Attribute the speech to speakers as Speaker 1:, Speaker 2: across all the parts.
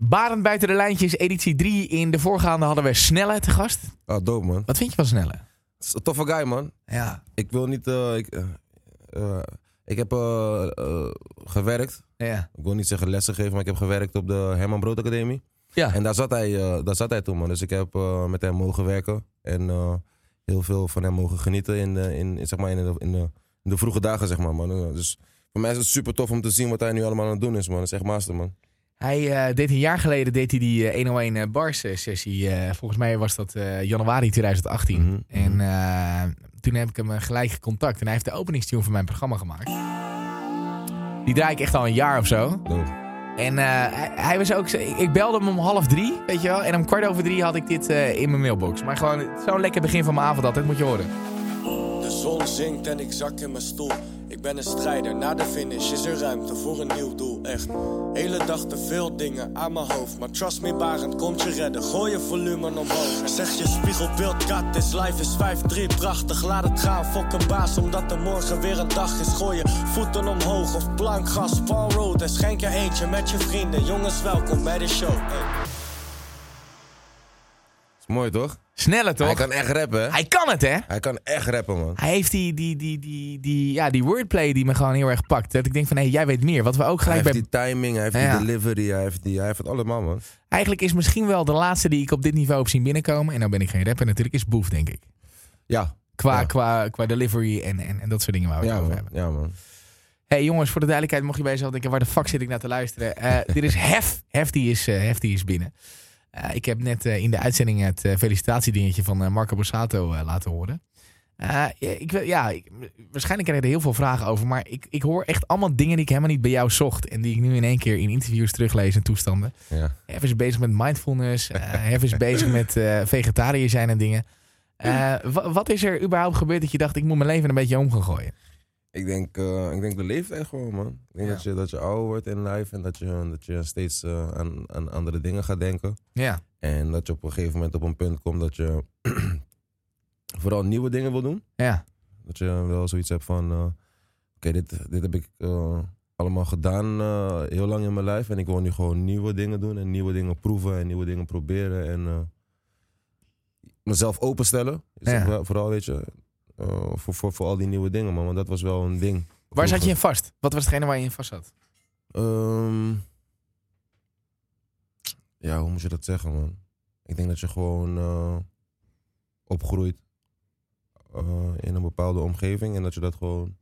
Speaker 1: Barend buiten de lijntjes, editie 3. In de voorgaande hadden we Snelle te gast.
Speaker 2: Ah, dope man.
Speaker 1: Wat vind je van Snelle?
Speaker 2: Het is een toffe guy man.
Speaker 1: Ja.
Speaker 2: Ik wil niet. eh, ik, eh, eh, ik heb eh, eh, gewerkt.
Speaker 1: Ja.
Speaker 2: Ik wil niet zeggen lessen gegeven, maar ik heb gewerkt op de Herman Brood Academie.
Speaker 1: Ja.
Speaker 2: En daar zat hij, eh, daar zat hij toen man. Dus ik heb eh, met hem mogen werken. En eh, heel veel van hem mogen genieten in, de- in, in, zeg maar, in, de, in, de, in de vroege dagen zeg maar man. Eh, Dus voor mij is het super tof om te zien wat hij nu allemaal aan het doen is man. Dat is echt master man.
Speaker 1: Hij eh, deed een jaar geleden deed hij die eh, 101 eh, bars eh, sessie. Eh, volgens mij was dat eh, januari 2018.
Speaker 2: Mhm.
Speaker 1: En eh, toen heb ik hem eh, gelijk gecontact. En hij heeft de openingstune van mijn programma gemaakt. Die draai ik echt al een jaar of zo.
Speaker 2: Dope.
Speaker 1: En eh, hij, hij was ook... zo- Ik ik belde hem om half drie, weet je wel. En om kwart over drie had ik dit eh, in mijn mailbox. Maar gewoon zo'n lekker begin van mijn avond altijd, moet je horen.
Speaker 3: De zon zinkt en ik zak in mijn stoel. Ik ben een strijder, na de finish is er ruimte voor een nieuw doel. Echt, hele dag te veel dingen aan mijn hoofd. Maar trust me, Barend komt je redden. Gooi je volume omhoog. Zeg je spiegelbeeld, kat is life is 5-3. Prachtig, laat het gaan. Fok een baas, omdat er morgen weer een dag is. Gooi je voeten omhoog of plankgas, Paul Road. En schenk je eentje met je vrienden. Jongens, welkom bij de show. Hey.
Speaker 2: Is mooi toch?
Speaker 1: Sneller toch?
Speaker 2: Hij kan echt rappen hè?
Speaker 1: hij kan het, hè?
Speaker 2: Hij kan echt rappen man.
Speaker 1: Hij heeft die, die, die, die, die, ja, die wordplay die me gewoon heel erg pakt. Dat ik denk van, hé, jij weet meer. Wat we ook
Speaker 2: Hij
Speaker 1: gelijk
Speaker 2: heeft
Speaker 1: bij...
Speaker 2: die timing, hij heeft
Speaker 1: Ja.
Speaker 2: die delivery, hij heeft, die, hij heeft het allemaal man.
Speaker 1: Eigenlijk is misschien wel de laatste die ik op dit niveau heb zien binnenkomen. En nou ben ik geen rapper natuurlijk, is Boef, denk ik.
Speaker 2: Ja,
Speaker 1: Qua,
Speaker 2: Ja.
Speaker 1: qua, qua delivery en, en, en dat soort dingen waar we het
Speaker 2: ja
Speaker 1: over
Speaker 2: man.
Speaker 1: hebben.
Speaker 2: Ja, man.
Speaker 1: hey, jongens, voor de duidelijkheid mocht je bij jezelf denken... waar de fuck zit ik naar te luisteren? Eh, dit is Hef. Hef, die is, eh, Hef, die is binnen. Eh, ik heb net eh, in de uitzending het eh, felicitatiedingetje van eh, Marco Borsato eh, laten horen. Eh, ik, wil- ja, ik- waarschijnlijk krijg ik er heel veel vragen over. Maar ik, ik hoor echt allemaal dingen die ik helemaal niet bij jou zocht. En die ik nu in één keer in interviews teruglees en toestanden.
Speaker 2: Ja.
Speaker 1: Hef is bezig met mindfulness. eh, Hef is bezig met eh vegetariër zijn en dingen. Eh, wa- wat is er überhaupt gebeurd dat je dacht, ik moet mijn leven een beetje om gaan gooien?
Speaker 2: Ik denk, eh, ik denk de leeftijd gewoon, man. Ik denk
Speaker 1: Ja.
Speaker 2: dat, je, dat je ouder wordt in life en dat je, dat je steeds eh, aan, aan andere dingen gaat denken.
Speaker 1: Ja,
Speaker 2: En dat je op een gegeven moment op een punt komt dat je vooral nieuwe dingen wil doen.
Speaker 1: ja,
Speaker 2: Dat je wel zoiets hebt van, eh, oké, dit, dit heb ik eh, allemaal gedaan eh, heel lang in mijn lijf. En ik wil nu gewoon nieuwe dingen doen en nieuwe dingen proeven en nieuwe dingen proberen. En eh, mezelf openstellen. Is
Speaker 1: Ja.
Speaker 2: het wel- Vooral, weet je, eh, voor, voor, voor al die nieuwe dingen, man. Want dat was wel een ding.
Speaker 1: Waar zat
Speaker 2: Vroeger.
Speaker 1: je in vast? Wat was hetgene waar je in vast zat?
Speaker 2: Ehm, ja, hoe moet je dat zeggen, man? Ik denk dat je gewoon eh, opgroeit eh, in een bepaalde omgeving en dat je dat gewoon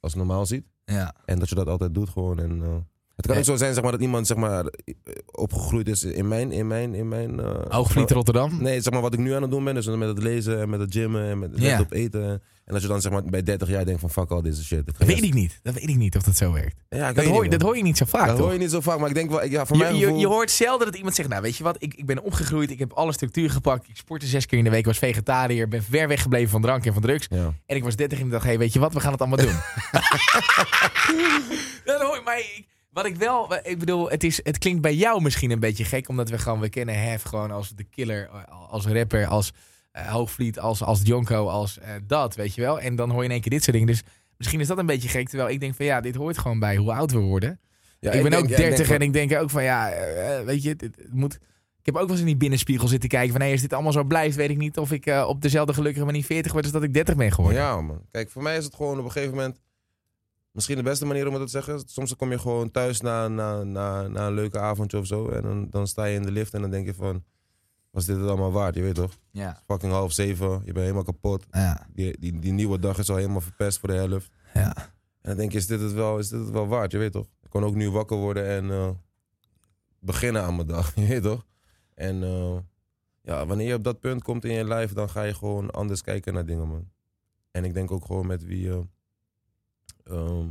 Speaker 2: als normaal ziet.
Speaker 1: Ja.
Speaker 2: En dat je dat altijd doet gewoon. En, eh, het kan
Speaker 1: Ja.
Speaker 2: ook zo zijn zeg maar, dat iemand zeg maar, eh, opgegroeid is in mijn... In mijn, in mijn eh,
Speaker 1: Hoogvliet Rotterdam?
Speaker 2: Nee, zeg maar wat ik nu aan het doen ben, dus met het lezen en met het gymmen en met,
Speaker 1: Ja.
Speaker 2: let op eten. En dat je dan zeg maar bij 30 jaar denkt van fuck al deze shit.
Speaker 1: Dat weet ik niet. Dat weet ik niet of dat zo werkt.
Speaker 2: Ja, ik
Speaker 1: Dat
Speaker 2: weet
Speaker 1: hoor,
Speaker 2: niet,
Speaker 1: dat
Speaker 2: man.
Speaker 1: hoor je niet zo vaak,
Speaker 2: Dat
Speaker 1: toch?
Speaker 2: hoor je niet zo vaak, maar ik denk wel, ik- ja, voor
Speaker 1: Je,
Speaker 2: mijn
Speaker 1: je,
Speaker 2: gevoel...
Speaker 1: je hoort zelden dat iemand zegt, nou weet je wat, ik, ik ben opgegroeid, ik heb alle structuur gepakt, ik sportte zes keer in de week, was vegetariër, ben ver weggebleven van drank en van drugs.
Speaker 2: Ja.
Speaker 1: En ik was 30 en ik dacht, hé, hey, weet je wat, we gaan het allemaal doen. dat hoor je, maar ik, wat ik wel, ik bedoel, het, is, het klinkt bij jou misschien een beetje gek, omdat we gewoon, we kennen Hef gewoon als de killer, als rapper, als eh, Hoogvliet, als, als Jonko, als eh, dat, weet je wel. En dan hoor je in één keer dit soort dingen, dus misschien is dat een beetje gek, terwijl ik denk van ja, dit hoort gewoon bij hoe oud we worden.
Speaker 2: Ja,
Speaker 1: ik ben
Speaker 2: denk-
Speaker 1: ook
Speaker 2: ja,
Speaker 1: 30
Speaker 2: denk wel-
Speaker 1: en ik denk ook van ja, eh, weet je, het, het moet. Ik heb ook wel eens in die binnenspiegel zitten kijken van hé, als dit allemaal zo blijft, weet ik niet of ik eh, op dezelfde gelukkige manier 40 word als dat ik 30 ben geworden.
Speaker 2: Ja, man. Kijk, voor mij is het gewoon op een gegeven moment... Misschien de beste manier om het te zeggen. Soms kom je gewoon thuis na, na, na, na een leuke avondje of zo. En dan, dan sta je in de lift en dan denk je van... Was dit het allemaal waard? Je weet toch?
Speaker 1: Ja.
Speaker 2: Fucking half zeven. Je bent helemaal kapot.
Speaker 1: Ja.
Speaker 2: Die, die, die nieuwe dag is al helemaal verpest voor de helft.
Speaker 1: Ja.
Speaker 2: En dan denk je, is dit het wel, is dit het wel waard? Je weet toch? Ik kon ook nu wakker worden en eh, beginnen aan mijn dag. Je weet toch? En eh, ja, wanneer je op dat punt komt in je lijf, dan ga je gewoon anders kijken naar dingen, man. En ik denk ook gewoon met wie je... ehm,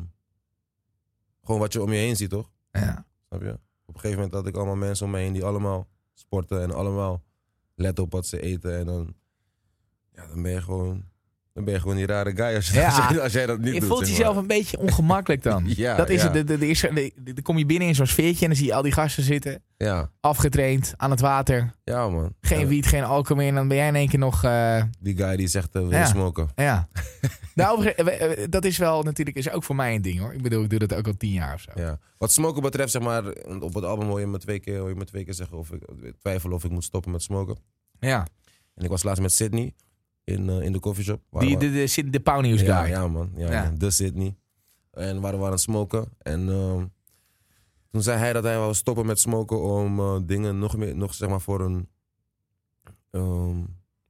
Speaker 2: gewoon wat je om je heen ziet, toch?
Speaker 1: ja.
Speaker 2: Snap je? Op een gegeven moment had ik allemaal mensen om me heen die allemaal sporten en allemaal letten op wat ze eten. En dan, ja, dan ben je gewoon... Dan ben je gewoon die rare guy als, je,
Speaker 1: Ja.
Speaker 2: als, jij, als jij dat niet
Speaker 1: Je
Speaker 2: doet.
Speaker 1: voelt
Speaker 2: zeg
Speaker 1: jezelf
Speaker 2: maar.
Speaker 1: een beetje ongemakkelijk dan.
Speaker 2: Ja,
Speaker 1: dat is
Speaker 2: ja.
Speaker 1: het. de- de- de- is er- de- de- Dan kom je binnen in zo'n sfeertje en dan zie je al die gasten zitten.
Speaker 2: Ja,
Speaker 1: Afgetraind, aan het water.
Speaker 2: ja man.
Speaker 1: Geen
Speaker 2: Ja,
Speaker 1: wiet, geen alcohol meer. En dan ben jij in één keer nog... eh,
Speaker 2: Die guy die zegt eh, wil
Speaker 1: Ja.
Speaker 2: je smoken.
Speaker 1: ja. nou, overigens, eh, eh, dat is wel natuurlijk is ook voor mij een ding hoor. Ik bedoel, ik doe dat ook al tien jaar of zo.
Speaker 2: Ja. Wat smoken betreft, zeg maar, op het album hoor je me twee keer, hoor je me twee keer zeggen of ik twijfel of ik moet stoppen met smoken.
Speaker 1: Ja.
Speaker 2: En ik was laatst met Sydney in, eh, in de coffeeshop. Waar
Speaker 1: Die,
Speaker 2: we-
Speaker 1: de, de, Sydney- de Pauw News
Speaker 2: ja,
Speaker 1: guy.
Speaker 2: ja, man. Ja,
Speaker 1: Ja.
Speaker 2: man. De Sydney. En waren we aan het smoken. En ehm, toen zei hij dat hij wou stoppen met smoken om eh, dingen nog meer, nog zeg maar voor een, ehm,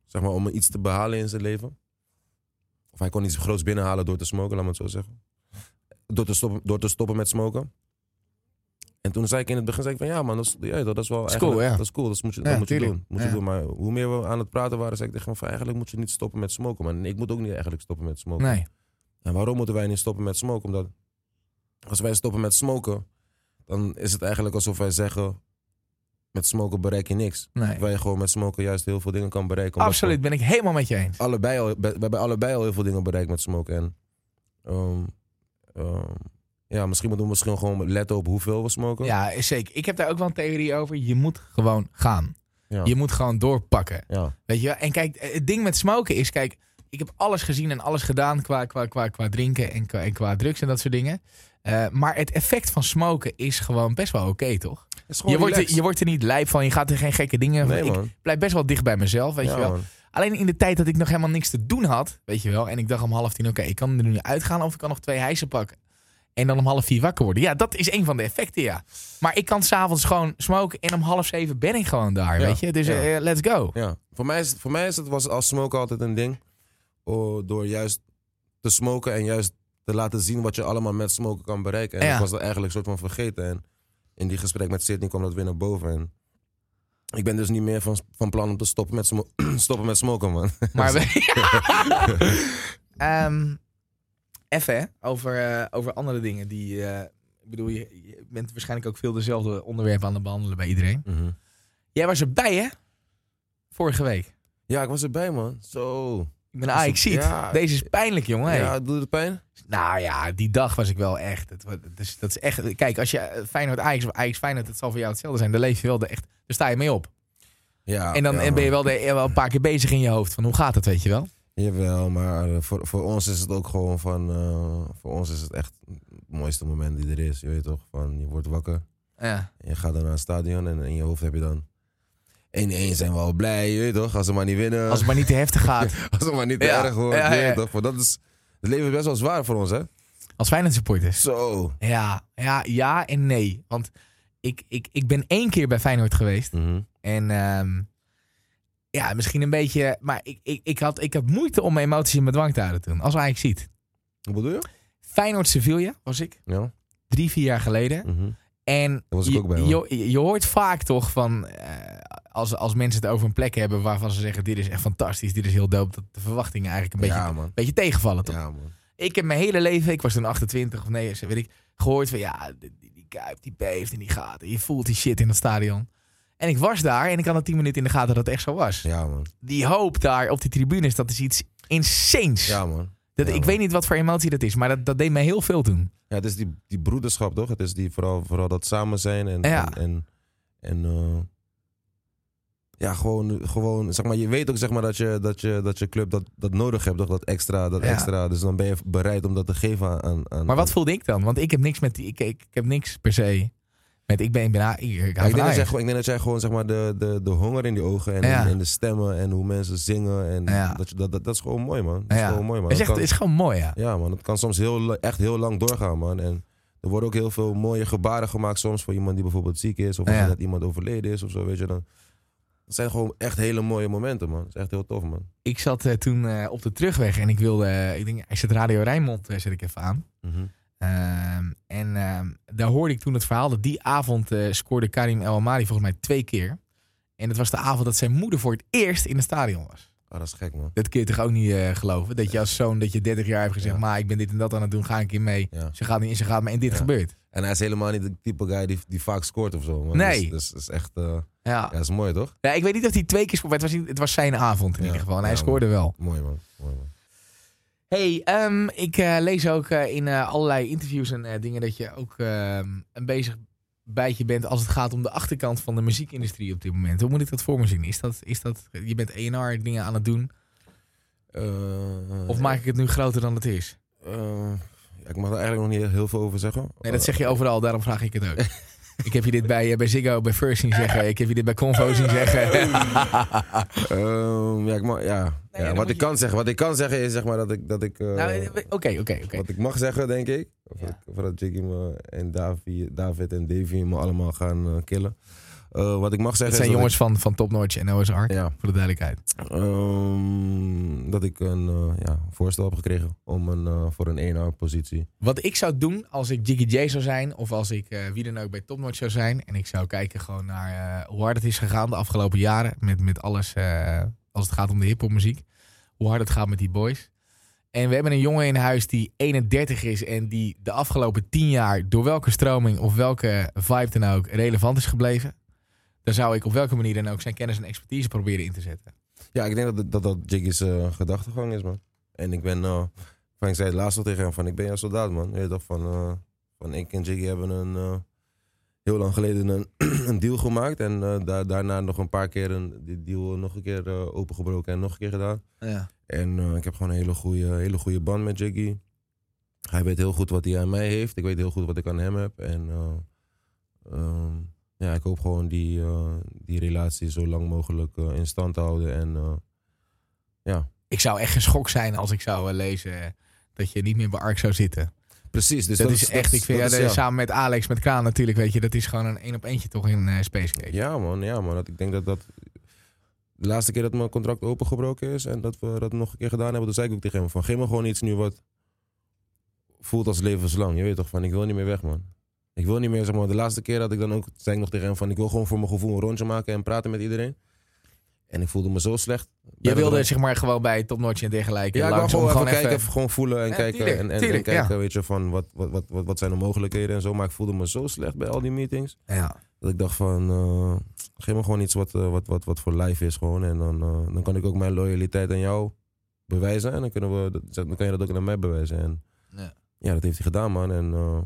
Speaker 2: zeg maar om iets te behalen in zijn leven. Of hij kon iets groots binnenhalen door te smoken, laat me het zo zeggen. Door te stoppen, door te stoppen met smoken. En toen zei ik in het begin, zei ik van ja man, dat is, ja, dat is wel
Speaker 1: is
Speaker 2: eigenlijk-
Speaker 1: cool, ja.
Speaker 2: dat is cool, dat moet je,
Speaker 1: Ja,
Speaker 2: dat moet je
Speaker 1: tuurlijk.
Speaker 2: doen. Moet
Speaker 1: Ja.
Speaker 2: je doen. Maar hoe meer we aan het praten waren, zei ik tegen hem van eigenlijk moet je niet stoppen met smoken. Maar ik moet ook niet eigenlijk stoppen met smoken.
Speaker 1: Nee.
Speaker 2: En waarom moeten wij niet stoppen met smoken? Omdat als wij stoppen met smoken, dan is het eigenlijk alsof wij zeggen: met smoken bereik je niks.
Speaker 1: nee.
Speaker 2: Terwijl je gewoon met smoken juist heel veel dingen kan bereiken. omdat
Speaker 1: Absoluut, ben ik helemaal met je eens.
Speaker 2: we Allebei al, we we hebben allebei al heel veel dingen bereikt met smoken. En ehm, ehm, ja, misschien moeten we misschien gewoon letten op hoeveel we smoken.
Speaker 1: Ja, is zeker. Ik heb daar ook wel een theorie over. Je moet gewoon gaan.
Speaker 2: Ja.
Speaker 1: Je moet gewoon doorpakken.
Speaker 2: Ja.
Speaker 1: Weet je wel? En kijk, eh, het ding met smoken is, kijk, ik heb alles gezien en alles gedaan qua, qua, qua, qua drinken en qua, en qua drugs en dat soort dingen. Eh, maar het effect van smoken is gewoon best wel oké, toch? Je wordt, er, je wordt er niet lijp van, je gaat er geen gekke dingen van.
Speaker 2: Nee,
Speaker 1: ik
Speaker 2: man.
Speaker 1: blijf best wel dicht bij mezelf, weet
Speaker 2: Ja,
Speaker 1: je wel.
Speaker 2: man.
Speaker 1: Alleen in de tijd dat ik nog helemaal niks te doen had, weet je wel. En ik dacht om half tien, oké, ik kan er nu uitgaan of ik kan nog twee hijsen pakken. En dan om half vier wakker worden. Ja, dat is een van de effecten, ja. Maar ik kan s'avonds gewoon smoken en om half zeven ben ik gewoon daar,
Speaker 2: Ja,
Speaker 1: weet je. Dus
Speaker 2: ja.
Speaker 1: eh, let's go.
Speaker 2: Ja, voor mij, is, voor mij is het, was als smoken altijd een ding. Oh, door juist te smoken en juist te laten zien wat je allemaal met smoken kan bereiken. En
Speaker 1: Ja.
Speaker 2: ik was dat eigenlijk soort van vergeten. En in die gesprek met Sydney kwam dat weer naar boven. En ik ben dus niet meer van, van plan om te stoppen met, smo- stoppen met smoken, man.
Speaker 1: Maar we... Ehm, even hè, over, eh, over andere dingen die... eh, ik bedoel, je, je bent waarschijnlijk ook veel dezelfde onderwerpen aan het behandelen bij iedereen. Jij was erbij, hè? Vorige week.
Speaker 2: Ja, ik was erbij, man. Zo.
Speaker 1: Ik ben ah, ik zie het.
Speaker 2: Ja.
Speaker 1: Deze is pijnlijk, jongen. hè.
Speaker 2: Ja, doet het pijn?
Speaker 1: Nou ja, die dag was ik wel echt. Het, wa- het is, dat is echt. Kijk, als je eh, Feyenoord Ajax of Ajax Feyenoord, het zal voor jou hetzelfde zijn. Dan leef je wel de echt. Daar sta je mee op.
Speaker 2: Ja.
Speaker 1: En dan
Speaker 2: ja,
Speaker 1: en ben je
Speaker 2: man.
Speaker 1: wel, de, wel een paar keer bezig in je hoofd van hoe gaat het, weet je wel?
Speaker 2: Jawel, maar eh, voor, voor ons is het ook gewoon van... eh, voor ons is het echt het mooiste moment die er is. Je weet toch, van je wordt wakker.
Speaker 1: Ja.
Speaker 2: En Je gaat dan naar het stadion en in je hoofd heb je dan... 1-1 zijn we al blij, je weet toch? Als ze maar niet winnen.
Speaker 1: Als
Speaker 2: Als,
Speaker 1: het maar niet te heftig gaat.
Speaker 2: het maar niet te
Speaker 1: Ja,
Speaker 2: erg wordt,
Speaker 1: ja,
Speaker 2: je weet
Speaker 1: ja.
Speaker 2: toch? Want dat is... Het leven is best wel zwaar voor ons, hè?
Speaker 1: Als Feyenoord supporters.
Speaker 2: Zo.
Speaker 1: Ja, ja, ja en nee. Want ik, ik, ik ben één keer bij Feyenoord geweest.
Speaker 2: Mhm.
Speaker 1: En ehm, ja, misschien een beetje. Maar ik, ik, ik, had, ik had moeite om mijn emoties in bedwang te houden toen. Als Ajax ziet.
Speaker 2: Wat bedoel je?
Speaker 1: Feyenoord Sevilla was ik.
Speaker 2: Ja.
Speaker 1: Drie, vier jaar geleden.
Speaker 2: Mhm.
Speaker 1: En
Speaker 2: was ik
Speaker 1: je,
Speaker 2: ook bij,
Speaker 1: je, je hoort vaak toch van, eh, als, als mensen het over een plek hebben waarvan ze zeggen, dit is echt fantastisch, dit is heel dope, dat de verwachtingen eigenlijk een beetje,
Speaker 2: Ja, man.
Speaker 1: een beetje tegenvallen toch?
Speaker 2: Ja, man.
Speaker 1: Ik heb mijn hele leven, ik was toen 28 of nee, weet ik, gehoord van ja, die, die, die Kuip, die beeft en die gaat, en je voelt die shit in dat stadion. En ik was daar en ik had al 10 minuten in de gaten dat het echt zo was.
Speaker 2: Ja, man.
Speaker 1: Die hoop daar op die tribunes, dat is iets insanes.
Speaker 2: Ja, man.
Speaker 1: dat,
Speaker 2: ja,
Speaker 1: ik
Speaker 2: man.
Speaker 1: weet niet wat voor emotie dat is, maar dat, dat deed mij heel veel toen.
Speaker 2: Ja, het is die, die broederschap, toch? Het is die, vooral, vooral dat samen zijn en...
Speaker 1: Ja.
Speaker 2: En, en, en, eh, ja, gewoon, gewoon, zeg maar, je weet ook zeg maar, dat, je, dat, je, dat je club dat, dat nodig hebt, toch? Dat extra, dat
Speaker 1: Ja.
Speaker 2: extra. Dus dan ben je bereid om dat te geven aan- aan... aan
Speaker 1: Maar wat voelde ik dan? Want ik heb niks met die. Ik, ik, ik heb niks per se. Met ik ben. Ik ben ik, ik, hou
Speaker 2: Ja, ik,
Speaker 1: van
Speaker 2: denk dat jij,
Speaker 1: Ajax.
Speaker 2: gewoon- ik denk dat jij gewoon zeg maar, de, de, de honger in die ogen en,
Speaker 1: Ja.
Speaker 2: en de stemmen en hoe mensen zingen. En
Speaker 1: Ja.
Speaker 2: dat, je- dat, dat, dat is gewoon mooi, man. Dat
Speaker 1: Ja.
Speaker 2: is gewoon mooi, man.
Speaker 1: Het is,
Speaker 2: Dat
Speaker 1: echt,
Speaker 2: kan-
Speaker 1: het is gewoon mooi, ja.
Speaker 2: Ja, man. Het kan soms heel, la- echt heel lang doorgaan, man. En er worden ook heel veel mooie gebaren gemaakt soms voor iemand die bijvoorbeeld ziek is. Of
Speaker 1: Ja.
Speaker 2: dat iemand overleden is of zo, weet je. Dan, dat zijn gewoon echt hele mooie momenten, man. Dat is echt heel tof, man.
Speaker 1: Ik zat eh, toen eh, op de terugweg en ik wilde. eh, ik denk, ik zet Radio Rijnmond eh, zet ik even aan. Ehm, en ehm, daar hoorde ik toen het verhaal dat die avond eh, scoorde Karim El Amari volgens mij twee keer. En dat was de avond dat zijn moeder voor het eerst in het stadion was.
Speaker 2: Ah, dat is gek, man.
Speaker 1: Dat kun je toch ook niet eh, geloven? Dat je als zoon dat je 30 jaar hebt gezegd,
Speaker 2: Ja.
Speaker 1: maar ik ben dit en dat aan het doen, ga een keer mee.
Speaker 2: Ja.
Speaker 1: Ze gaat niet in, ze gaat mee en dit
Speaker 2: Ja.
Speaker 1: gebeurt.
Speaker 2: En hij is helemaal niet de type guy die, die vaak scoort of zo, man.
Speaker 1: Nee.
Speaker 2: Dus, dus dat is echt... eh,
Speaker 1: Ja.
Speaker 2: ja, dat is mooi, toch?
Speaker 1: Ja, ik weet niet of hij twee keer scoorde. maar Het was, niet- het was zijn avond in
Speaker 2: Ja,
Speaker 1: ieder geval. En hij
Speaker 2: ja,
Speaker 1: scoorde wel.
Speaker 2: Mooi, man. Mooi, man.
Speaker 1: hey, ehm, ik eh, lees ook eh, in eh, allerlei interviews en eh, dingen dat je ook ehm, een bezig bijtje bent als het gaat om de achterkant van de muziekindustrie op dit moment. Hoe moet ik dat voor me zien? Is dat, is dat je bent ENR dingen aan het doen?
Speaker 2: Eh,
Speaker 1: Of maak ik het nu groter dan het is?
Speaker 2: eh, ja, ik mag daar eigenlijk nog niet heel veel over zeggen. Eh,
Speaker 1: Nee, dat zeg je overal, daarom vraag ik het ook. ik heb je dit bij, eh, bij Ziggo, bij First zien zeggen. Ik heb je dit bij Convo zien zeggen.
Speaker 2: Ehm, ja, ik mag, ja.
Speaker 1: dan
Speaker 2: ja
Speaker 1: moet
Speaker 2: wat, ik
Speaker 1: je-
Speaker 2: kan zeggen, wat ik kan zeggen is zeg maar dat ik... Dat ik eh,
Speaker 1: Nou, eh, Oké, oké, oké.
Speaker 2: Wat ik mag zeggen, denk ik. Of,
Speaker 1: Ja.
Speaker 2: dat- of dat Jiggy me en Davi- David en Davy me allemaal gaan eh, killen. Eh, wat ik mag
Speaker 1: Het
Speaker 2: zeggen
Speaker 1: zijn
Speaker 2: is dat
Speaker 1: jongens van, van Top Notch en OSR,
Speaker 2: ik- ja,
Speaker 1: voor de duidelijkheid.
Speaker 2: ehm, dat ik een eh, ja, voorstel heb gekregen om een, eh, voor een 1 positie.
Speaker 1: Wat ik zou doen als ik Jiggy J zou zijn, of als ik eh, wie dan ook bij Topnotch zou zijn, en ik zou kijken gewoon naar eh, hoe hard het is gegaan de afgelopen jaren, met, met alles eh, als het gaat om de hip-hop muziek, hoe hard het gaat met die boys. En we hebben een jongen in huis die 31 is en die de afgelopen 10 jaar door welke stroming of welke vibe dan ook relevant is gebleven. Dan zou ik op welke manier dan ook zijn kennis en expertise proberen in te zetten.
Speaker 2: Ja, ik denk dat dat, dat Jiggy's eh, gedachtegang is, man. En ik ben, eh, van ik zei het laatst al tegen hem, van ik ben jouw soldaat, man. Je weet toch, van, eh, van ik en Jiggy hebben een, eh, heel lang geleden een, een deal gemaakt. En eh, daar, daarna nog een paar keer een, die deal nog een keer eh, opengebroken en nog een keer gedaan.
Speaker 1: Ja.
Speaker 2: En eh, ik heb gewoon een hele goede, hele goede band met Jiggy. Hij weet heel goed wat hij aan mij heeft. Ik weet heel goed wat ik aan hem heb. En eh, ehm, ja, ik hoop gewoon die, eh, die relatie zo lang mogelijk eh, in stand te houden. En eh,
Speaker 1: Ik zou echt geschokt zijn als ik zou eh, lezen dat je niet meer bij ARK zou zitten.
Speaker 2: precies. Dus
Speaker 1: dat, is echt, ik vind, ja,
Speaker 2: dat is-
Speaker 1: dat is samen met Alex, met Kraan natuurlijk, weet je, dat is gewoon een één op eentje toch in eh, Space Cage.
Speaker 2: Ja, man, ja, man. Dat, ik denk dat dat. De laatste keer dat mijn contract opengebroken is en dat we dat nog een keer gedaan hebben, toen zei ik ook tegen hem: van geef me gewoon iets nu wat voelt als levenslang. Je weet toch, van ik wil niet meer weg, man. Ik wil niet meer, zeg maar, de laatste keer dat ik dan ook, zei ik nog tegen hem: van ik wil gewoon voor mijn gevoel een rondje maken en praten met iedereen. En ik voelde me zo slecht.
Speaker 1: Jij wilde
Speaker 2: Bij-
Speaker 1: zeg maar gewoon bij Top Notch en dergelijke
Speaker 2: ja, ik wou
Speaker 1: langs om
Speaker 2: gewoon even
Speaker 1: gewoon
Speaker 2: kijken,
Speaker 1: even...
Speaker 2: even gewoon voelen en
Speaker 1: Ja,
Speaker 2: kijken.
Speaker 1: tuurlijk,
Speaker 2: en en,
Speaker 1: tuurlijk,
Speaker 2: en
Speaker 1: ja.
Speaker 2: kijken, weet je, van wat, wat, wat, wat, wat zijn de mogelijkheden en zo. Maar ik voelde me zo slecht bij al die meetings.
Speaker 1: Ja.
Speaker 2: Dat ik dacht van, eh, geef me gewoon iets wat, eh, wat, wat, wat voor life is gewoon. En dan, eh, dan kan ik ook mijn loyaliteit aan jou bewijzen. En dan, kunnen we, dat- dan kan je dat ook aan mij bewijzen. En
Speaker 1: Ja.
Speaker 2: ja, dat heeft hij gedaan, man. En eh,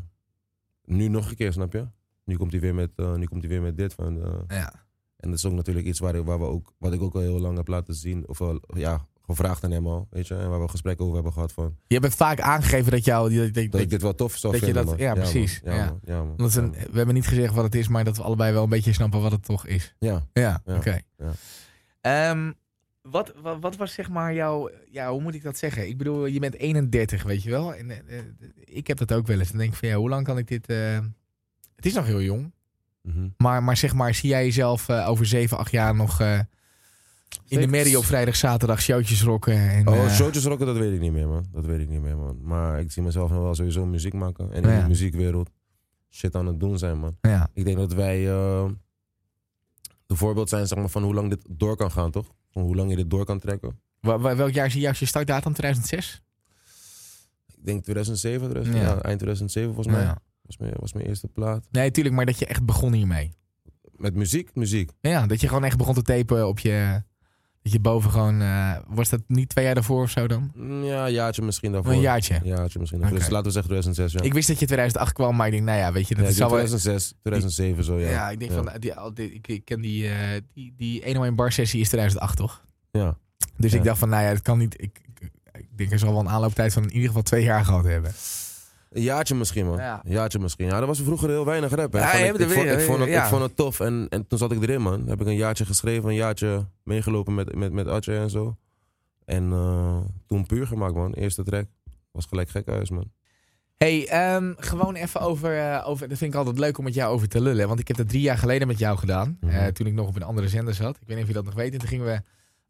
Speaker 2: nu nog een keer, snap je? Nu komt hij weer met, eh, nu komt hij weer met dit. Van, eh,
Speaker 1: Ja.
Speaker 2: en dat is ook natuurlijk iets waar, waar we ook, wat ik ook al heel lang heb laten zien. Of al, ja, gevraagd aan hem al, weet je. En waar we gesprekken over hebben gehad van,
Speaker 1: Je hebt vaak aangegeven dat jou... Dat, dat,
Speaker 2: dat ik dit wel tof zou
Speaker 1: Dat je
Speaker 2: vinden,
Speaker 1: dat-
Speaker 2: man.
Speaker 1: ja, precies,
Speaker 2: man. Ja,
Speaker 1: ja.
Speaker 2: man. Ja, man.
Speaker 1: omdat we-
Speaker 2: Ja, man.
Speaker 1: we hebben niet gezegd wat het is, maar dat we allebei wel een beetje snappen wat het toch is.
Speaker 2: Ja.
Speaker 1: Ja,
Speaker 2: Ja,
Speaker 1: oké.
Speaker 2: ja.
Speaker 1: Ehm, wat, wat, wat was zeg maar jouw... Ja, hoe moet ik dat zeggen? Ik bedoel, je bent 31, weet je wel. En, eh, eh, ik heb dat ook wel eens. Dan denk ik van, ja, hoe lang kan ik dit... eh, Het is nog heel jong.
Speaker 2: Mhm.
Speaker 1: Maar, maar zeg maar, zie jij jezelf eh, over 7, 8 jaar nog eh, in de merrie op vrijdag, zaterdag showtjes rocken? En,
Speaker 2: Oh,
Speaker 1: eh,
Speaker 2: showtjes rocken, dat weet ik niet meer, man. Dat weet ik niet meer, man. Maar ik zie mezelf nog wel sowieso muziek maken. En in
Speaker 1: Ja.
Speaker 2: de muziekwereld shit aan het doen zijn, man.
Speaker 1: Ja,
Speaker 2: Ik denk dat wij eh, de voorbeeld zijn zeg maar, van hoe lang dit door kan gaan, toch? Van hoe lang je dit door kan trekken.
Speaker 1: Wa- wa- welk jaar zie je als je startdatum? 2006?
Speaker 2: Ik denk 2007, 2000,
Speaker 1: Ja.
Speaker 2: ja. eind 2007 volgens mij.
Speaker 1: Ja.
Speaker 2: Was, mijn, was mijn eerste plaat.
Speaker 1: Nee, tuurlijk, maar dat je echt begon hiermee.
Speaker 2: Met muziek? Muziek.
Speaker 1: Ja, dat je gewoon echt begon te tapen op je... Dat je boven gewoon... eh, was dat niet twee jaar daarvoor of zo dan?
Speaker 2: Mm, Ja, een jaartje misschien daarvoor.
Speaker 1: Een jaartje.
Speaker 2: Een jaartje misschien daarvoor.
Speaker 1: Oké.
Speaker 2: Dus laten we zeggen 2006, ja.
Speaker 1: Ik wist dat je 2008 kwam, maar ik denk, nou ja, weet je, dat
Speaker 2: ja, ik
Speaker 1: zal
Speaker 2: denk
Speaker 1: wel...
Speaker 2: 2006, 2007 zo,
Speaker 1: Ja,
Speaker 2: ja.
Speaker 1: ik denk van, die, al die- ik, ik ken die, eh die, die 101 bar sessie is 2008, toch?
Speaker 2: Ja.
Speaker 1: Dus
Speaker 2: Ja.
Speaker 1: ik dacht van, nou ja, het kan niet. Ik, ik, ik denk, er zal wel een aanlooptijd van in ieder geval twee jaar gehad hebben.
Speaker 2: Een jaartje misschien, man.
Speaker 1: Ja.
Speaker 2: Een jaartje misschien. Ja, dat was vroeger heel weinig rap. Hè.
Speaker 1: Ja,
Speaker 2: Van,
Speaker 1: je
Speaker 2: ik,
Speaker 1: hebt
Speaker 2: ik,
Speaker 1: er
Speaker 2: vond,
Speaker 1: weer-
Speaker 2: ik, vond het,
Speaker 1: ja.
Speaker 2: ik vond het tof en, en toen zat ik erin, man. Heb ik een jaartje geschreven, een jaartje meegelopen met, met, met Atje en zo. En eh, toen puur gemaakt, man. Eerste track. Was gelijk gekhuis, man.
Speaker 1: hey, ehm, gewoon even over, eh, over. Dat vind ik altijd leuk om met jou over te lullen. Want ik heb dat drie jaar geleden met jou gedaan.
Speaker 2: Mhm.
Speaker 1: eh, toen ik nog op een andere zender zat. Ik weet niet of je dat nog weet. En toen gingen we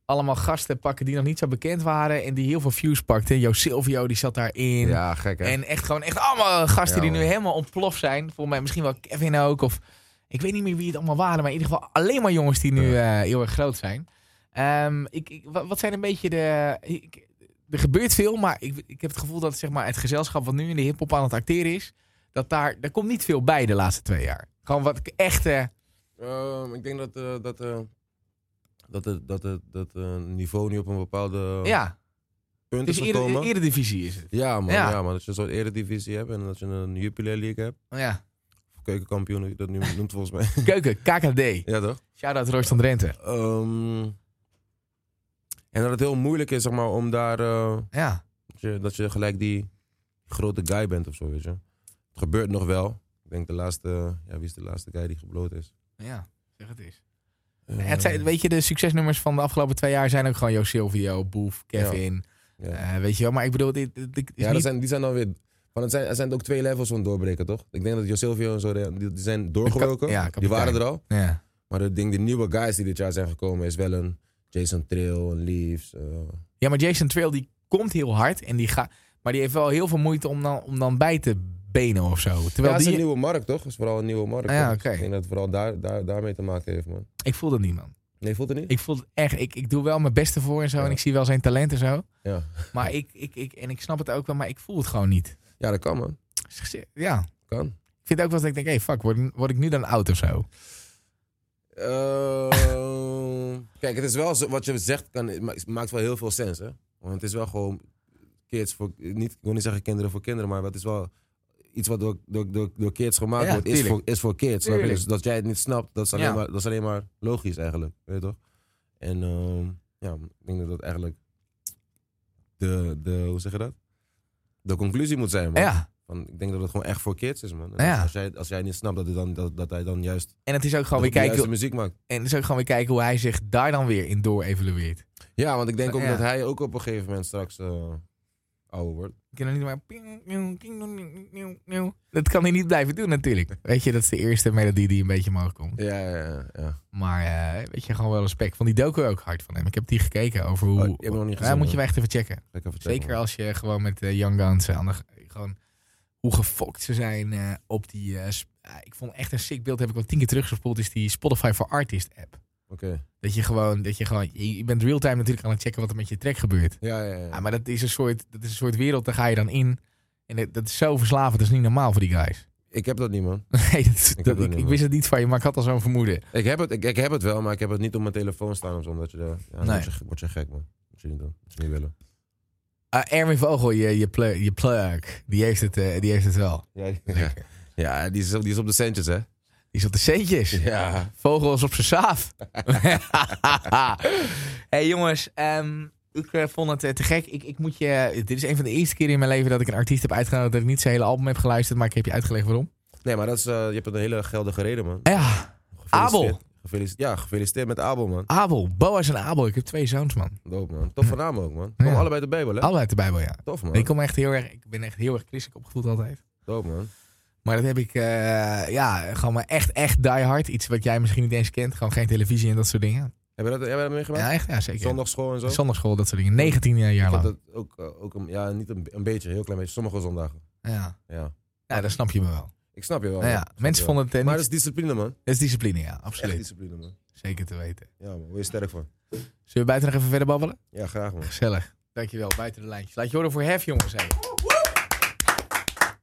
Speaker 1: allemaal gasten pakken die nog niet zo bekend waren. En die heel veel views pakten. Jo Silvio, die zat daarin.
Speaker 2: Ja, gek, hè?
Speaker 1: En echt gewoon echt allemaal gasten
Speaker 2: Ja,
Speaker 1: die nu
Speaker 2: man.
Speaker 1: helemaal ontploft zijn. Volgens mij misschien wel Kevin ook. Of ik weet niet meer wie het allemaal waren. Maar in ieder geval alleen maar jongens die nu eh, heel erg groot zijn. Ehm, ik, ik, wa- wat zijn een beetje de... ik- er gebeurt veel, maar ik, ik heb het gevoel dat zeg maar, het gezelschap wat nu in de hiphop aan het acteren is... dat daar, daar komt niet veel bij de laatste twee jaar. Gewoon wat ik echt... eh,
Speaker 2: Ehm, ik denk dat, eh, dat, eh, dat, het- dat, het- dat eh, niveau nu op een bepaalde
Speaker 1: ja,
Speaker 2: Oh. punt
Speaker 1: dus
Speaker 2: is gekomen.
Speaker 1: eerder, eredivisie is het.
Speaker 2: ja, man,
Speaker 1: Ja.
Speaker 2: ja. man. Dat je een soort eredivisie hebt en dat je een Jupiler League hebt.
Speaker 1: Ja,
Speaker 2: keukenkampioen, hoe je dat nu noemt volgens mij.
Speaker 1: Keuken, KKD.
Speaker 2: ja, toch?
Speaker 1: Shout-out Royston Drenthe.
Speaker 2: Ehm, en dat het heel moeilijk is, zeg maar, om daar... eh,
Speaker 1: Ja.
Speaker 2: dat, je, dat je gelijk die grote guy bent of zo, weet je. Het gebeurt nog wel. Ik denk de laatste... Ja, wie is de laatste guy die gebloot is?
Speaker 1: Ja, zeg het eens.
Speaker 2: Eh,
Speaker 1: Het zijn, weet je, de succesnummers van de afgelopen twee jaar zijn ook gewoon Jo Silvio, Boef, Kevin.
Speaker 2: Ja.
Speaker 1: eh, weet je wel, maar ik bedoel, dit, dit- dit is
Speaker 2: Ja, dat
Speaker 1: niet...
Speaker 2: zijn, die zijn dan weer... Want het zijn, er zijn ook twee levels van doorbreken, toch? Ik denk dat Josilvio en zo, die, die zijn doorgebroken.
Speaker 1: ja,
Speaker 2: die
Speaker 1: kapitein.
Speaker 2: waren er al.
Speaker 1: Ja.
Speaker 2: Maar de, ding, de nieuwe guys die dit jaar zijn gekomen is wel een Jason Trill, een Leaves. eh,
Speaker 1: ja, maar Jason Trail die komt heel hard en die gaat... Maar die heeft wel heel veel moeite om dan, om dan bij te benen of zo.
Speaker 2: ja,
Speaker 1: Terwijl
Speaker 2: het is
Speaker 1: die...
Speaker 2: een nieuwe markt, toch? Het is vooral een nieuwe markt.
Speaker 1: Ah, ja,
Speaker 2: toch?
Speaker 1: oké.
Speaker 2: Ik denk dat het vooral daar, daar, daarmee te maken heeft, man.
Speaker 1: Ik voel dat niet, man.
Speaker 2: Nee, je voelt het niet?
Speaker 1: Ik voel het echt. Ik, ik doe wel mijn beste voor en zo.
Speaker 2: Ja.
Speaker 1: En ik zie wel zijn talent en zo.
Speaker 2: Ja.
Speaker 1: Maar ik, ik, ik, en ik snap het ook wel, maar ik voel het gewoon niet.
Speaker 2: ja, dat kan, man.
Speaker 1: Ja.
Speaker 2: Kan.
Speaker 1: Ik vind ook wel dat ik denk, hey, fuck, word, word ik nu dan oud of zo?
Speaker 2: Ehm, kijk, het is wel zo, wat je zegt, kan, het ma- maakt wel heel veel sens, hè? Want het is wel gewoon kids voor, niet, ik wil niet zeggen kinderen voor kinderen, maar het is wel iets wat door, door, door, door kids gemaakt
Speaker 1: Ja,
Speaker 2: wordt, is
Speaker 1: tuurlijk.
Speaker 2: voor, is voor kids. snap je?
Speaker 1: Tuurlijk.
Speaker 2: Dus dat jij het niet snapt, dat is alleen,
Speaker 1: Ja.
Speaker 2: maar, dat is alleen maar logisch eigenlijk, weet je toch? En ehm, ja, ik denk dat dat eigenlijk de, de, hoe zeg je dat? De conclusie moet zijn, man.
Speaker 1: Ja.
Speaker 2: Van, ik denk dat het gewoon echt voor kids is, man. En
Speaker 1: Nou Ja.
Speaker 2: Als, jij, als jij niet snapt dat, hij dan, dat, dat hij dan juist
Speaker 1: En het is ook gewoon weer
Speaker 2: dat hij de
Speaker 1: kijken,
Speaker 2: juiste muziek maakt.
Speaker 1: en het is ook gewoon weer kijken hoe hij zich daar dan weer in door evalueert.
Speaker 2: Ja, want ik denk ook
Speaker 1: Ja.
Speaker 2: dat hij ook op een gegeven moment straks eh, ouder wordt.
Speaker 1: Ik kan er niet maar... Dat kan hij niet blijven doen natuurlijk. Weet je, dat is de eerste melodie die een beetje omhoog komt.
Speaker 2: Ja, ja, ja. ja.
Speaker 1: Maar eh, weet je, gewoon wel respect. Van die docu ook hard van hem. Ik heb die gekeken over hoe...
Speaker 2: Oh, ik heb hem nog niet
Speaker 1: Ja,
Speaker 2: gezien,
Speaker 1: moet je
Speaker 2: hoor.
Speaker 1: wel echt even checken.
Speaker 2: Ga ik even checken,
Speaker 1: Zeker
Speaker 2: man.
Speaker 1: als je gewoon met eh, Young Guns aan de, gewoon hoe gefokt ze zijn eh, op die. eh, sp- ah, ik vond echt een sick beeld. Heb ik wel tien keer teruggespoeld. Is die Spotify for Artist app.
Speaker 2: Oké.
Speaker 1: Dat je gewoon, dat je gewoon, je je bent real time natuurlijk aan het checken wat er met je track gebeurt.
Speaker 2: Ja, ja, ja.
Speaker 1: Ja, Ah, maar dat is een soort, dat is een soort wereld. Daar ga je dan in. En dat, dat is zo verslavend. Dat is niet normaal voor die guys.
Speaker 2: Ik heb dat niet, man.
Speaker 1: Nee, dat, dat-
Speaker 2: heb
Speaker 1: ik,
Speaker 2: dat
Speaker 1: ik,
Speaker 2: niet,
Speaker 1: wist het niet van je, maar ik had al zo'n vermoeden.
Speaker 2: Ik heb, het, ik, ik heb het wel, maar ik heb het niet op mijn telefoon staan of zo. Omdat je daar... Ja, dan
Speaker 1: Nee.
Speaker 2: word, je, word je gek, man. Moet je niet doen. Moet je niet willen.
Speaker 1: Ah, Erwin Vogel, je, je, plug, je plug, die heeft het, eh, die heeft het wel.
Speaker 2: Ja, ja.
Speaker 1: Lekker.
Speaker 2: die, is op, die is op de centjes, hè?
Speaker 1: Die is op de centjes.
Speaker 2: Ja.
Speaker 1: Vogels op zijn saaf. hey jongens, ehm, ik eh, vond het eh, te gek. Ik, ik moet je, dit is een van de eerste keren in mijn leven dat ik een artiest heb uitgenodigd. Dat ik niet zijn hele album heb geluisterd, maar ik heb je uitgelegd waarom.
Speaker 2: Nee, maar dat is, eh, je hebt een hele geldige reden, man.
Speaker 1: Ja,
Speaker 2: Gefeliciteerd.
Speaker 1: Abel.
Speaker 2: Gefeliciteerd. Ja, gefeliciteerd met Abel, man.
Speaker 1: Abel, Boas en Abel. Ik heb twee zoons, man.
Speaker 2: Dope, man. Tof van naam ook, man. Kom
Speaker 1: Ja.
Speaker 2: allebei de Bijbel, hè?
Speaker 1: Allebei uit de Bijbel, ja.
Speaker 2: Tof, man.
Speaker 1: Ik, kom echt heel erg, ik ben echt heel erg christelijk opgevoed altijd.
Speaker 2: Dope, man.
Speaker 1: Maar dat heb ik, eh, ja, gewoon maar echt, echt die hard. Iets wat jij misschien niet eens kent. Gewoon geen televisie en dat soort dingen.
Speaker 2: Heb je dat, heb je dat meegemaakt?
Speaker 1: Ja, echt, ja, zeker.
Speaker 2: Zondagschool en zo?
Speaker 1: Zondagschool, dat soort dingen. 19 jaar
Speaker 2: Ik heb
Speaker 1: lang.
Speaker 2: dat ook, eh, ook een, ja, niet een, een beetje, een heel klein beetje. Sommige zondagen.
Speaker 1: Ja.
Speaker 2: Ja.
Speaker 1: ja, dat snap je me wel.
Speaker 2: Ik snap je wel.
Speaker 1: Nou
Speaker 2: man.
Speaker 1: ja,
Speaker 2: Ik snap
Speaker 1: mensen
Speaker 2: je wel.
Speaker 1: vonden het eh,
Speaker 2: Maar
Speaker 1: niet-
Speaker 2: dat is discipline, man.
Speaker 1: dat is discipline, ja,
Speaker 2: Echt
Speaker 1: absoluut.
Speaker 2: discipline, man.
Speaker 1: Zeker te weten.
Speaker 2: Ja, man. Word je sterk van.
Speaker 1: Zullen we buiten nog even verder babbelen?
Speaker 2: Ja, graag, man.
Speaker 1: Gezellig. Dankjewel, buiten de lijntjes. Laat je horen voor Hef, jongens. Hey.